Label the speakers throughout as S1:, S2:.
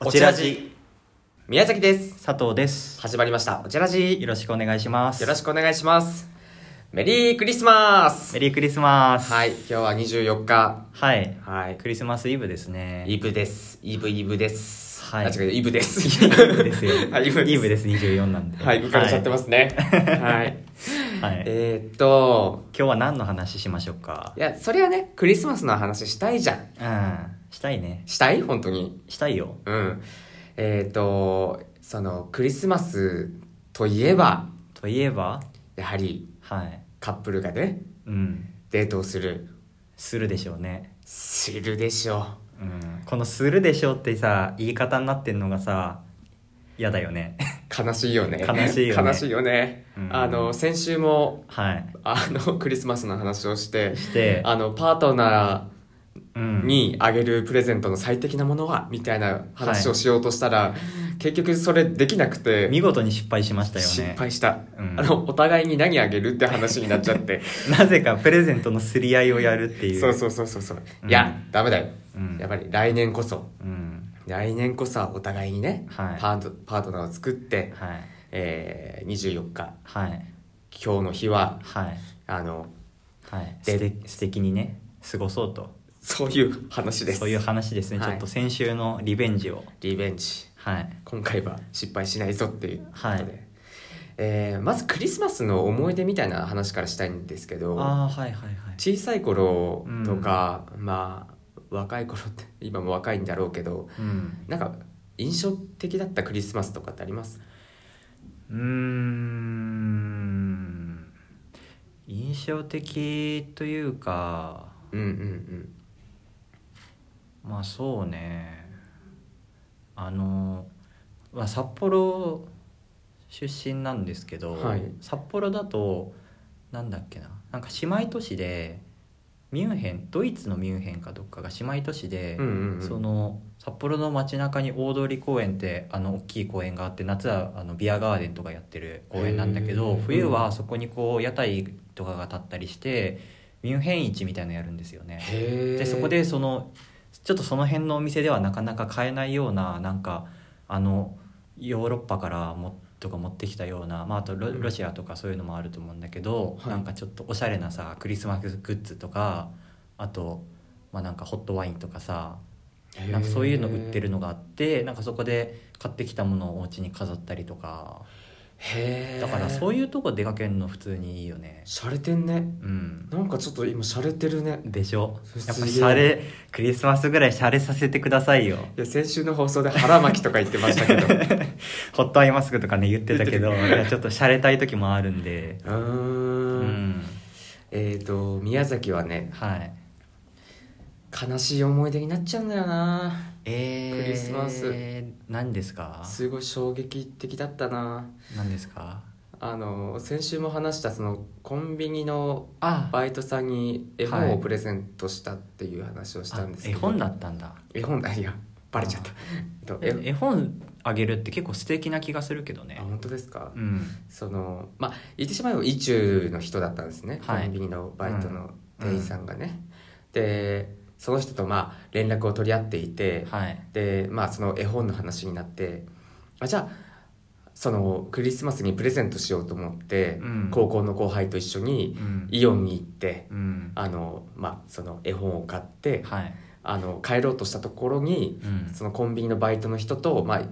S1: おちらじ
S2: 宮崎です
S1: 佐藤です
S2: 始まりましたおちら
S1: よ
S2: じ
S1: ろしくお願いします
S2: よろしくお願いしますメリークリスマス
S1: メリークリスマス
S2: はい今日は24日
S1: はい
S2: はい
S1: クリスマスイブですね
S2: イブですイブイブです
S1: はい
S2: あ違うイブですイ
S1: イブです よ
S2: はいイブです
S1: イブです24なんでは
S2: はい浮かれちゃってますねはい
S1: はい、はい
S2: えーっと
S1: 今日は何の話しましょうか
S2: いやそれはねクリスマスの話したいじゃん
S1: うんしたいね
S2: したい本当に
S1: したいよ
S2: うんえーっとそのクリスマスといえば
S1: といえば
S2: やはり
S1: はい
S2: カップルがね
S1: うん
S2: デートをする
S1: するでしょうね
S2: するでしょう
S1: うんこの「するでしょ」ってさ言い方になってんのがさ嫌だよね
S2: 悲しいよね
S1: 悲しいよね
S2: 悲しいよね
S1: うん
S2: あの先週も
S1: はい
S2: あの クリスマスの話をして
S1: して
S2: あのパートナ
S1: うん
S2: ーにあげるプレゼントの最適なものはみたいな話をしようとしたら、結局それできなくて
S1: 見事に失敗しましたよね
S2: 失敗した、
S1: うん
S2: あのお互いに何あげるって話になっちゃって
S1: なぜかプレゼントのすり合いをやるって いう
S2: そうそうそうそうそう、
S1: うん
S2: いやダメだよ、
S1: うん
S2: やっぱり来年こそ
S1: うん
S2: 来年こそはお互いにね、
S1: はい
S2: パートパートナーを作って、
S1: はい
S2: えー、24日
S1: はい
S2: 今日の日は
S1: はい
S2: あの
S1: はい
S2: で
S1: 素敵素敵にね過ごそうと
S2: そういう話です。
S1: そういう話ですね、
S2: はい
S1: ちょっと先週のリベンジを
S2: リベンジ。
S1: はい
S2: 今回は失敗しないぞっていうことで。
S1: はい
S2: えーまずクリスマスの思い出みたいな話からしたいんですけど、
S1: ああーはいはいはい
S2: 小さい頃とか、まあ、若い頃って、 今も若いんだろうけど、
S1: うん
S2: なんか、印象的だったクリスマスとかってあります
S1: うーん印象的というか
S2: うんうんうん。
S1: まあそうねあの、まあ、札幌出身なんですけど、
S2: はい
S1: 札幌だとなんだっけななんか姉妹都市でミュンヘンドイツのミュンヘンかどっかが姉妹都市で、
S2: うんうんうん
S1: その札幌の街中に大通公園ってあの大きい公園があって夏はあのビアガーデンとかやってる公園なんだけ
S2: へ
S1: ど
S2: ー
S1: 冬はそこにこう屋台とかが立ったりしてミュンヘン市みたいのやるんですよね。
S2: へー
S1: でそこで、そのちょっとその辺のお店ではなかなか買えないようななんかあのヨーロッパからもとか持ってきたような、まあ、あとロ
S2: うん
S1: ロシアとかそういうのもあると思うんだけど、
S2: はい
S1: なんかちょっとおしゃれなさクリスマスグッズとかあと、まあ、なんかホットワインとかさ
S2: へー
S1: なんかそういうの売ってる。のがあってなんかそこで買ってきたものをお家に飾ったりとか
S2: へ
S1: だからそう
S2: いう。
S1: いうとこ出かけるの普通にいいよね。
S2: 洒落てんね。
S1: うん
S2: なんかちょっと今洒落てるね。
S1: でしょ
S2: すげえ
S1: やっぱシャレクリスマスぐらいシャレさせてくださいよ
S2: いや、先週の放送で腹巻きとか言ってました けど。
S1: ホットアイマスクとかね言ってたけどい
S2: 言ってる
S1: やちょっとシャレたい時もあるんで
S2: うー
S1: うんん
S2: えっ、と宮崎はね
S1: はい
S2: 悲しい思い出になっちゃうんだよな
S1: え
S2: クリスマス
S1: 何ですか
S2: すごい衝撃的だったな
S1: 何ですか
S2: あの先週も話したそのコンビニの
S1: あ
S2: バイトさんに絵
S1: は
S2: 本
S1: い
S2: をプレゼントしたっていう話をしたんです
S1: 絵
S2: けど、
S1: 本だったんだ
S2: 絵本だいやバレちゃった
S1: あ
S2: えっと絵
S1: 絵本あげるって結構素敵な気がするけど
S2: あ
S1: ね
S2: 本当ですか、
S1: うん
S2: そのまあ言ってしまえば意中の人だったんですね、
S1: はい
S2: コンビニのバイトの店員さんがね、でその人とまあ連絡を取り合っていて、
S1: はい
S2: でまあその絵本の話になってあじゃあそのクリスマスにプレゼントしようと思って、
S1: うん
S2: 高校の後輩と一緒に
S1: うん
S2: イオンに行って、
S1: うん
S2: あのまあその絵本を買って、
S1: はい
S2: あの帰ろうとしたところに
S1: うん
S2: そのコンビニのバイトの人と、まあ、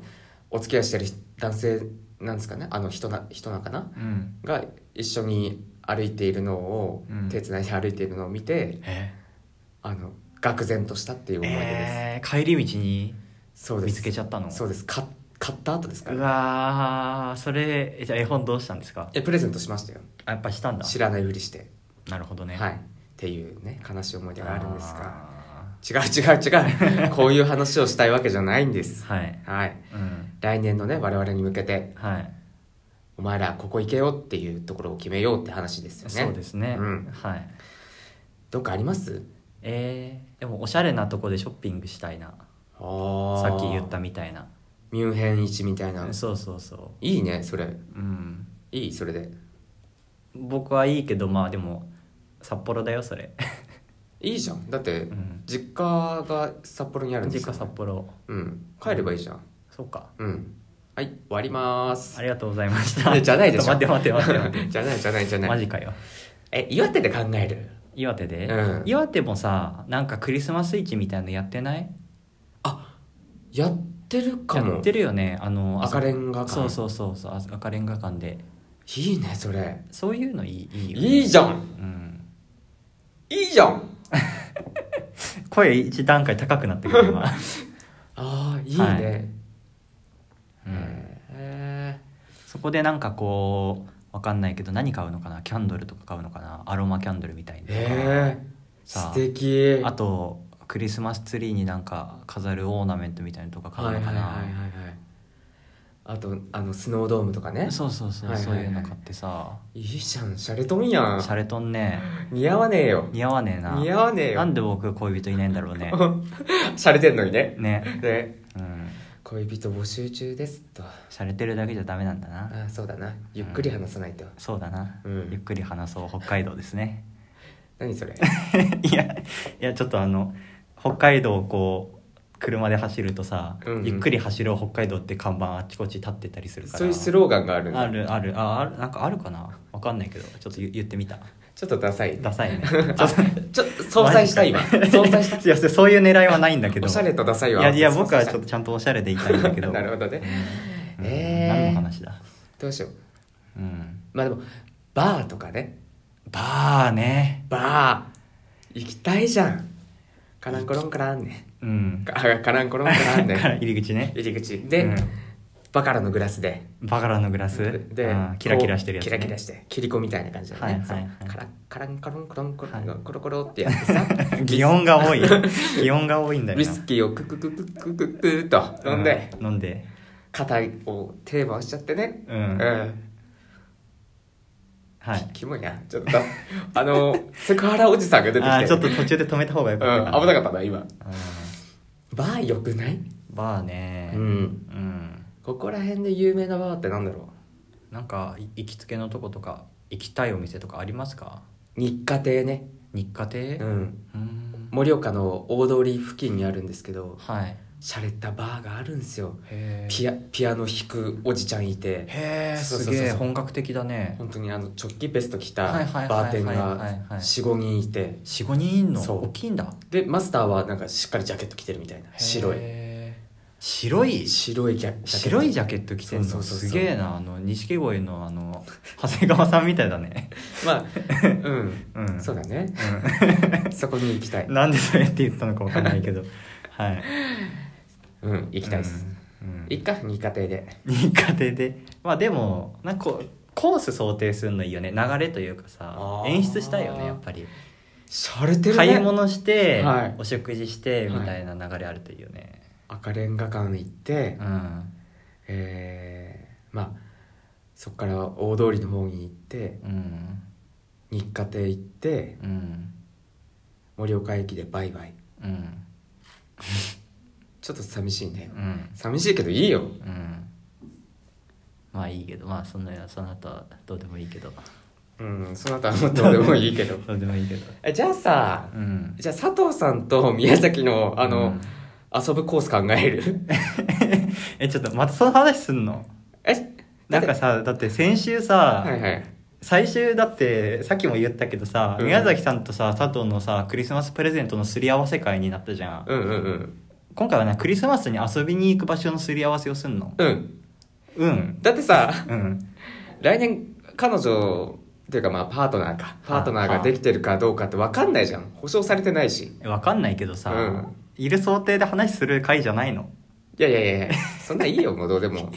S2: お付き合いしてる男性なんですかねあの人な人なんかな
S1: うん
S2: が一緒に歩いているのを、
S1: うん
S2: 手つないで歩いているのを見て
S1: え
S2: あの愕然としたっていう思い出です、
S1: えー帰り道に
S2: そうで
S1: 見
S2: す
S1: つけちゃったの
S2: そうですか買った後ですか
S1: う
S2: ら
S1: わーそれえじゃあ絵本どうしたんですか
S2: えプレゼントしましたよ
S1: あやっぱしたんだ
S2: 知らないふりして、
S1: なるほどね
S2: はいっていうね悲しい思い出があるんですが
S1: あ
S2: 違う違う違う こういう話をしたいわけじゃないんです
S1: ーはい
S2: はい
S1: うん
S2: 来年のね我々に向けて
S1: はい、
S2: お前らここ行けよっていうところを決めようって話ですよね
S1: そうですね、
S2: うん
S1: はい
S2: どっかあります
S1: えー、でもおしゃれなとこでショッピングしたいな
S2: さ
S1: さっき言ったみたいな
S2: ミュンヘン市みたいな
S1: そうそうそ
S2: いいねそれ
S1: ううん
S2: いいそれで
S1: 僕はいいけどまあでも札幌だよそれ
S2: いいじゃんだって
S1: うん
S2: 実家が札幌にあるんです
S1: 実
S2: よ、
S1: 家札幌
S2: うん帰ればいいじゃん
S1: そうか
S2: うんはい終わります
S1: ありがとうございました
S2: えじゃないでしょ
S1: ちょっと待って待って待って
S2: じゃないじゃ ないじゃな
S1: マ
S2: い
S1: ジかよ
S2: え岩手で考える
S1: 岩手で、
S2: うん
S1: 岩手もさなんかクリスマスイチみたいなのやってない
S2: やってるか
S1: や
S2: も
S1: ってるよねあの
S2: 赤レンガ館
S1: そうそうそうそうあ赤レンガ館で
S2: いいねそれ
S1: そういうのいいいいよね
S2: いいじゃん
S1: うん、
S2: いいじゃん
S1: 声一段階高くなってくる今、
S2: あーいい
S1: はい
S2: ね、
S1: うん、
S2: へ
S1: そこでなんかこうわかんないけど何買うのかなキャンドルとか買うのかなアロマキャンドルみたい
S2: え
S1: な
S2: へえ
S1: さ
S2: 素敵
S1: あとクリスマスツリーになんか飾るオーナメントみたいなのとか買
S2: は
S1: う
S2: いは
S1: の
S2: い
S1: か
S2: はい
S1: な、
S2: はいはいあとあのスノードームとかね
S1: そうそうそう、
S2: はいはいは
S1: そ
S2: い
S1: ういうの買ってさ
S2: いいじゃんシャレとんやん
S1: 洒落とんね
S2: 似合わねえよ
S1: 似合わねえな
S2: 似合わねえよ
S1: なんで僕恋人いないんだろうね
S2: シャレてんのにね
S1: ね
S2: ね
S1: うん
S2: 恋人募集中ですと
S1: 洒落てるだけじゃダメなんだな
S2: あそうだなゆっくり話さないと、
S1: そうだな、
S2: うん
S1: ゆっくり話そう北海道ですね
S2: 何それ
S1: いやいやちょっとあの北海道をこう車で走るとさ、
S2: うんうん
S1: ゆっくり走ろう北海道って看板あっちこっち立ってたりするから
S2: そういうスローガンがあるんだ
S1: あるあるああるなんかあるかなわかんないけどちょっと言言ってみた
S2: ちょっとダサい
S1: ダサい ね
S2: あちょっと相殺 した今相殺した
S1: いやそういう狙いはないんだけど
S2: おしゃれとダサい
S1: い
S2: は
S1: やいや僕はちょっ
S2: と
S1: とちゃんとおしゃれでいたいんだけど
S2: なるほどね、
S1: うん
S2: えー
S1: 何の話だ
S2: どうしよう
S1: うん
S2: まあでもバーとかね
S1: バーね
S2: バー行きたいじゃんカランコロンカランね
S1: うん
S2: あカランコロンカラ ンね
S1: 入り口ね
S2: 入り口で、
S1: うん
S2: バカラのグラスで
S1: バカラのグラス
S2: で
S1: うんキラキラしてるやつ、ね、
S2: こうキラキラして切り子みたいな感じだね、
S1: はいはいはい
S2: そうカラカランカロンコロンコロン、
S1: はい
S2: コロコロってやってさ
S1: 擬音が 多い擬音が多いんだよ
S2: ウイ
S1: な
S2: スキーをクククククククっと飲んで、
S1: うん飲んで
S2: 肩を手回しちゃってね
S1: うん
S2: うん、
S1: はい
S2: キモいなちょっとだあのセクハラおじさんが出てきて
S1: あーちょっと途中で止めた方がよ
S2: う
S1: か
S2: ん
S1: った、、
S2: 危なかったたな今バーよくない、
S1: バーね
S2: ん、
S1: うん
S2: ここら辺で有名なバーってなんだろ
S1: なんかい行きつけのとことか行きたいお店とかありますか
S2: う日課亭ね
S1: 日課亭
S2: うん
S1: うーん
S2: 盛岡の大通り付近にあるんですけど
S1: はい
S2: 洒落たバーがあるんですよ
S1: へ
S2: ピアピアノ弾くおじちゃんいて
S1: へえ
S2: そう
S1: す
S2: そうそうそう
S1: げえ本格的だね
S2: 本当にあの直帰ベスト着た
S1: はいはいはいはい
S2: バーテン
S1: は
S2: が
S1: いはい
S2: 45人いて
S1: 45人いんの
S2: そう
S1: 大きいんだ
S2: でマスターはなんかしっかりジャケット着てるみたいな白い
S1: へー白い
S2: 白いジャケット
S1: 白いジャケット着てんの
S2: そうそうそうそう
S1: すげえなあの錦鯉のあの長谷川さんみたいだね
S2: まあ うん、
S1: うん
S2: そうだね
S1: う
S2: そこに行きたい
S1: んなんでそれって言ったのかわかんないけ どはい
S2: うん行きたいです、
S1: うんうん
S2: 一回二課程で
S1: 日課程でまあでもなんかこうコース想定するのいいよね流れというかさ
S2: あー
S1: 演出したいよねやっぱり
S2: しゃれてるね
S1: 買い物して、
S2: はい
S1: お食事してみたいな流れあるといいよね、
S2: 赤レンガ館行って、
S1: うん
S2: えーまあそこから大通りの方に行って
S1: うん
S2: 日課亭行って
S1: うん
S2: 盛岡駅でバイバイ
S1: うん
S2: ちょっと寂しいね
S1: うん
S2: 寂しいけどいいよ
S1: うんまあいいけどまあそんなその後はどうでもいいけど
S2: うんその後はもうどうでもい いけど
S1: どうでもいいけど
S2: えじゃあさ
S1: うん
S2: じゃあ佐藤さんと宮崎のあの、
S1: うん
S2: 遊ぶコース考える
S1: えちょっとまたその話すんの
S2: え
S1: なんかさだって先週さ、
S2: はいはい
S1: 最終だってさっきも言ったけどさ、
S2: うん
S1: 宮崎さんとさ佐藤のさクリスマスプレゼントのすり合わせ会になったじゃん、
S2: うんうんうん
S1: 今回はなクリスマスに遊びに行く場所のすり合わせをすんの
S2: うん
S1: うん
S2: だってさ
S1: うん
S2: 来年彼女っていうかまあパートナーかパートナーができてるかどうかって分かんないじゃん保証されてないし
S1: わかんないけどさ、
S2: うん
S1: いる想定で話する会じゃないの
S2: いやいやい やいやそんなんいいよもうどうでも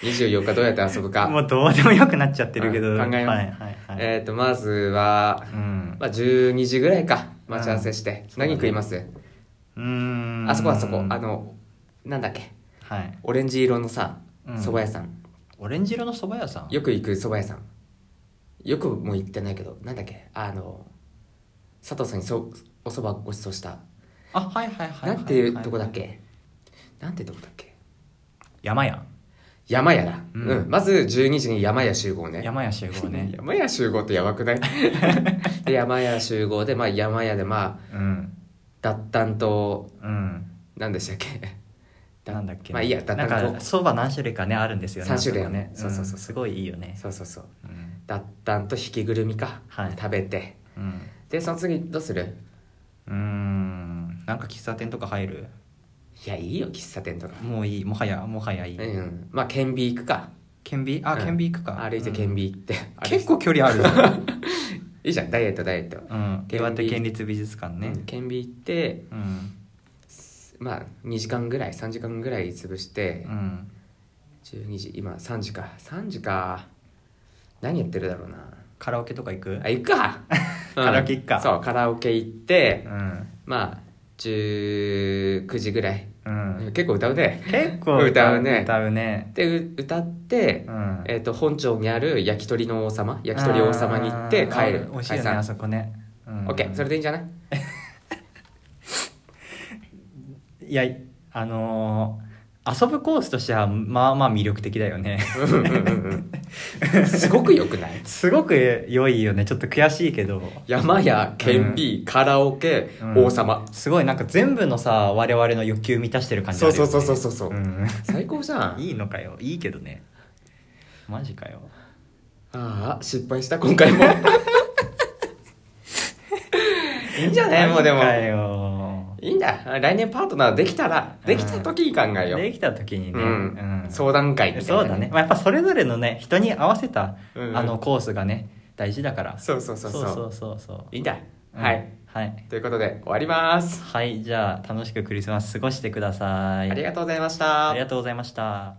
S2: 24日どうやって遊ぶか
S1: もうどうでもよくなっちゃってるけど、
S2: うん考えよう
S1: はいはいはい、
S2: えっ、とまずは、
S1: うん
S2: まあ、12時ぐらいか待ち合わせして、
S1: うん
S2: 何食います、
S1: うーん
S2: あそこあそこあのなんだっけ
S1: はい
S2: オレンジ色のさ
S1: うん
S2: 蕎麦屋さん、
S1: オレンジ色の蕎麦屋さん
S2: よく行く蕎麦屋さんよくも行ってないけどなんだっけあの佐藤さんにそお蕎麦ごちそうした、
S1: あはいはいはいはい
S2: なんていうとこだっけ、なんていうとこだっけ
S1: 山屋
S2: 山屋だ、
S1: う
S2: うんん。まず12時に山屋集合ね。
S1: 山屋集合ね
S2: 山屋集合ってやば くないで山屋集合で、まあ山屋で、まあ、
S1: うん
S2: 脱炭と、
S1: うん
S2: 何でしたっけ
S1: なんだっけ
S2: まあいいや、脱
S1: なん
S2: 炭
S1: か
S2: と。
S1: そば何種類かねあるんですよね
S2: 三種類
S1: あそこね
S2: そうそうそう
S1: うんすごいいいよね
S2: そうそうそう。
S1: うん
S2: 脱炭と引きぐるみか。
S1: はい
S2: 食べて。
S1: うん
S2: で、その次どうする
S1: うーんなんか喫茶店とか入る
S2: いや、いいよ、喫茶店とか。
S1: もういいもはやもはやいい、
S2: うん。まあ、顕微行くか。
S1: 顕微あ
S2: うん
S1: 顕微行くか、
S2: 歩いて顕
S1: 微、
S2: 微行って。
S1: 結構距離ある、
S2: いいじゃん、ダイエット、ダイエット。
S1: うん、岩手県立美術館ね
S2: ね、顕微行って、
S1: うん
S2: まあ、2時間ぐらい、3時間ぐらい潰して、
S1: うん
S2: 12時、今3時か。3時か。何やってるだろうな。
S1: カラオケとか行く
S2: あ、行 くか
S1: カラオケ行くか
S2: うんそう、カラオケ行っ
S1: う
S2: て、
S1: ん
S2: まあ、19時ぐらい。
S1: うん
S2: 結構歌うね。
S1: 結構
S2: 歌うね
S1: 歌うね
S2: で、う歌って
S1: う、ん
S2: えっ、と、本町にある焼き鳥の王様、焼き鳥王様に行って
S1: あー
S2: 帰る
S1: あ。美味しいよね
S2: 解
S1: あ
S2: 散
S1: そこねうん
S2: オッケー、それでいいんじ ゃない
S1: いやあのー遊ぶコースとしてはまあまあ魅力的だよね
S2: すごく良くない
S1: すごく良いよねちょっと悔しいけど
S2: 山や、顕微、カラオケ、
S1: うん
S2: 王様。
S1: すごいなんか全部のさ我々の欲求満たしてる感じあ
S2: そう
S1: るよ
S2: そう
S1: ね
S2: そうそうそうそう、
S1: うん
S2: 最高じゃん。
S1: いいのかよいいけどねマジかよ
S2: ああ、失敗した、今回 も。いいんじゃないもうでも
S1: マ。ジかよ
S2: いいんだ。来年パートナーできたら、できた時に考えよう。
S1: できた時に
S2: う
S1: ね、
S2: ん。
S1: うん
S2: 相談会みたいな
S1: そうだね、。まあ、やっぱそれぞれのね人に合わせた、
S2: うん
S1: あのコースがね大事だから
S2: そうそうそうそう。
S1: そうそうそうそう
S2: いいんだ。
S1: うん
S2: はい。
S1: はい、
S2: ということで、終わります。
S1: はい、じゃあ楽しくクリスマス過ごしてください
S2: ありがとうございまし
S1: あ
S2: た
S1: り。がとうございました